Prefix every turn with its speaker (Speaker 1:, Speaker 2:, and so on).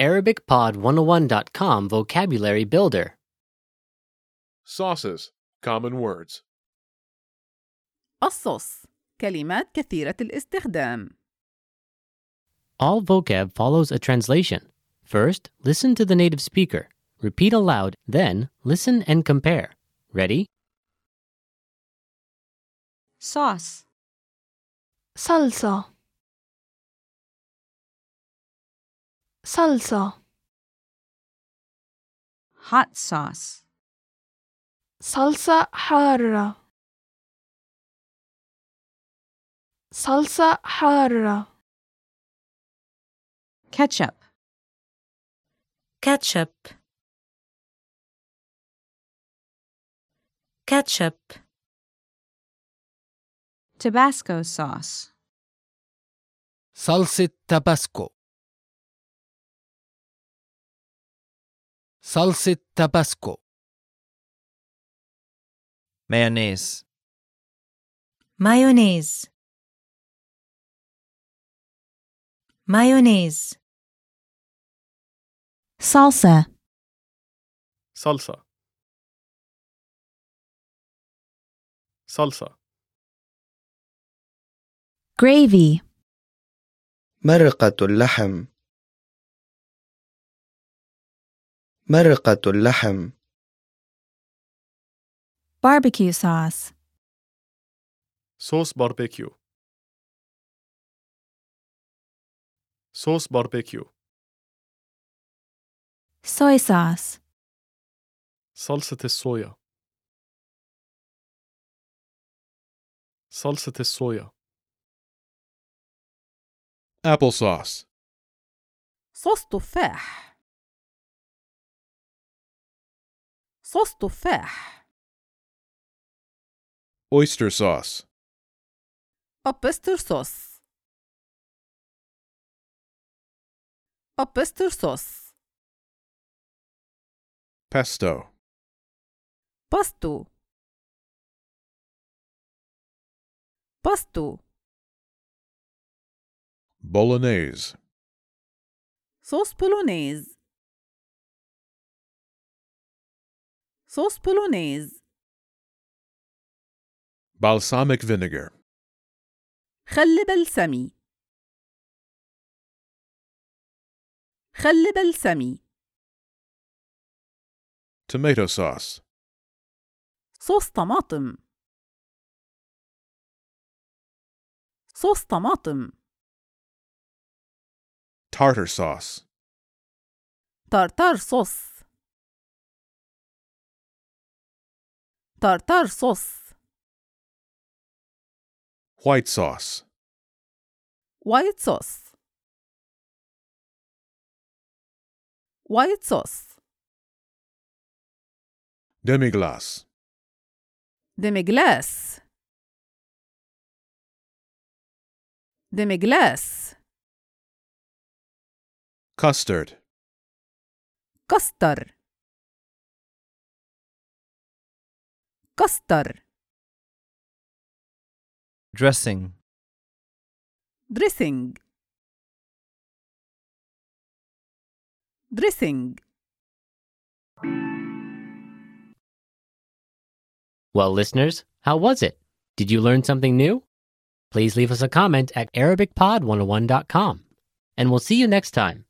Speaker 1: ArabicPod101.com Vocabulary Builder.
Speaker 2: Sauces, common words.
Speaker 3: الصوص كلمات كثيرة الاستخدام
Speaker 1: All vocab follows a translation. First, listen to the native speaker. Repeat aloud, then, listen and compare. Ready?
Speaker 4: صوص
Speaker 5: صلصة صلصة
Speaker 4: hot sauce
Speaker 5: صلصة حارة صلصة حارة
Speaker 4: ketchup ketchup ketchup Tabasco sauce
Speaker 6: صلصة تاباسكو صلصة تاباسكو مايونيز
Speaker 4: mayonnaise mayonnaise salsa
Speaker 7: صلصة صلصة
Speaker 4: gravy
Speaker 8: مرقة اللحم مرقة اللحم
Speaker 4: barbecue sauce
Speaker 7: صوص باربيكيو صوص باربيكيو
Speaker 4: soy sauce
Speaker 7: صلصة الصويا صلصة الصويا
Speaker 2: Applesauce,
Speaker 3: صوص تفاح صوص تفاح
Speaker 2: oyster sauce,
Speaker 3: أوبستر صوص أوبستر صوص
Speaker 2: pesto,
Speaker 3: باستو باستو
Speaker 2: bolognese,
Speaker 3: صوص بولونيز صوص بولونيز
Speaker 2: balsamic vinegar,
Speaker 3: خل بلسمي خل بلسمي
Speaker 2: tomato sauce,
Speaker 3: صوص طماطم صوص طماطم
Speaker 2: tartar sauce,
Speaker 3: تارتار صوص تارتار صوص
Speaker 2: white sauce,
Speaker 3: وايت صوص وايت صوص
Speaker 2: demi-glace,
Speaker 3: دمجلاس دمجلاس
Speaker 2: custard,
Speaker 3: كستر كستر
Speaker 6: دريسينج
Speaker 3: دريسينج دريسينج
Speaker 1: Well, listeners, how was it? Did you learn something new? oh Please leave us a comment at ArabicPod101.com. And we'll see you next time.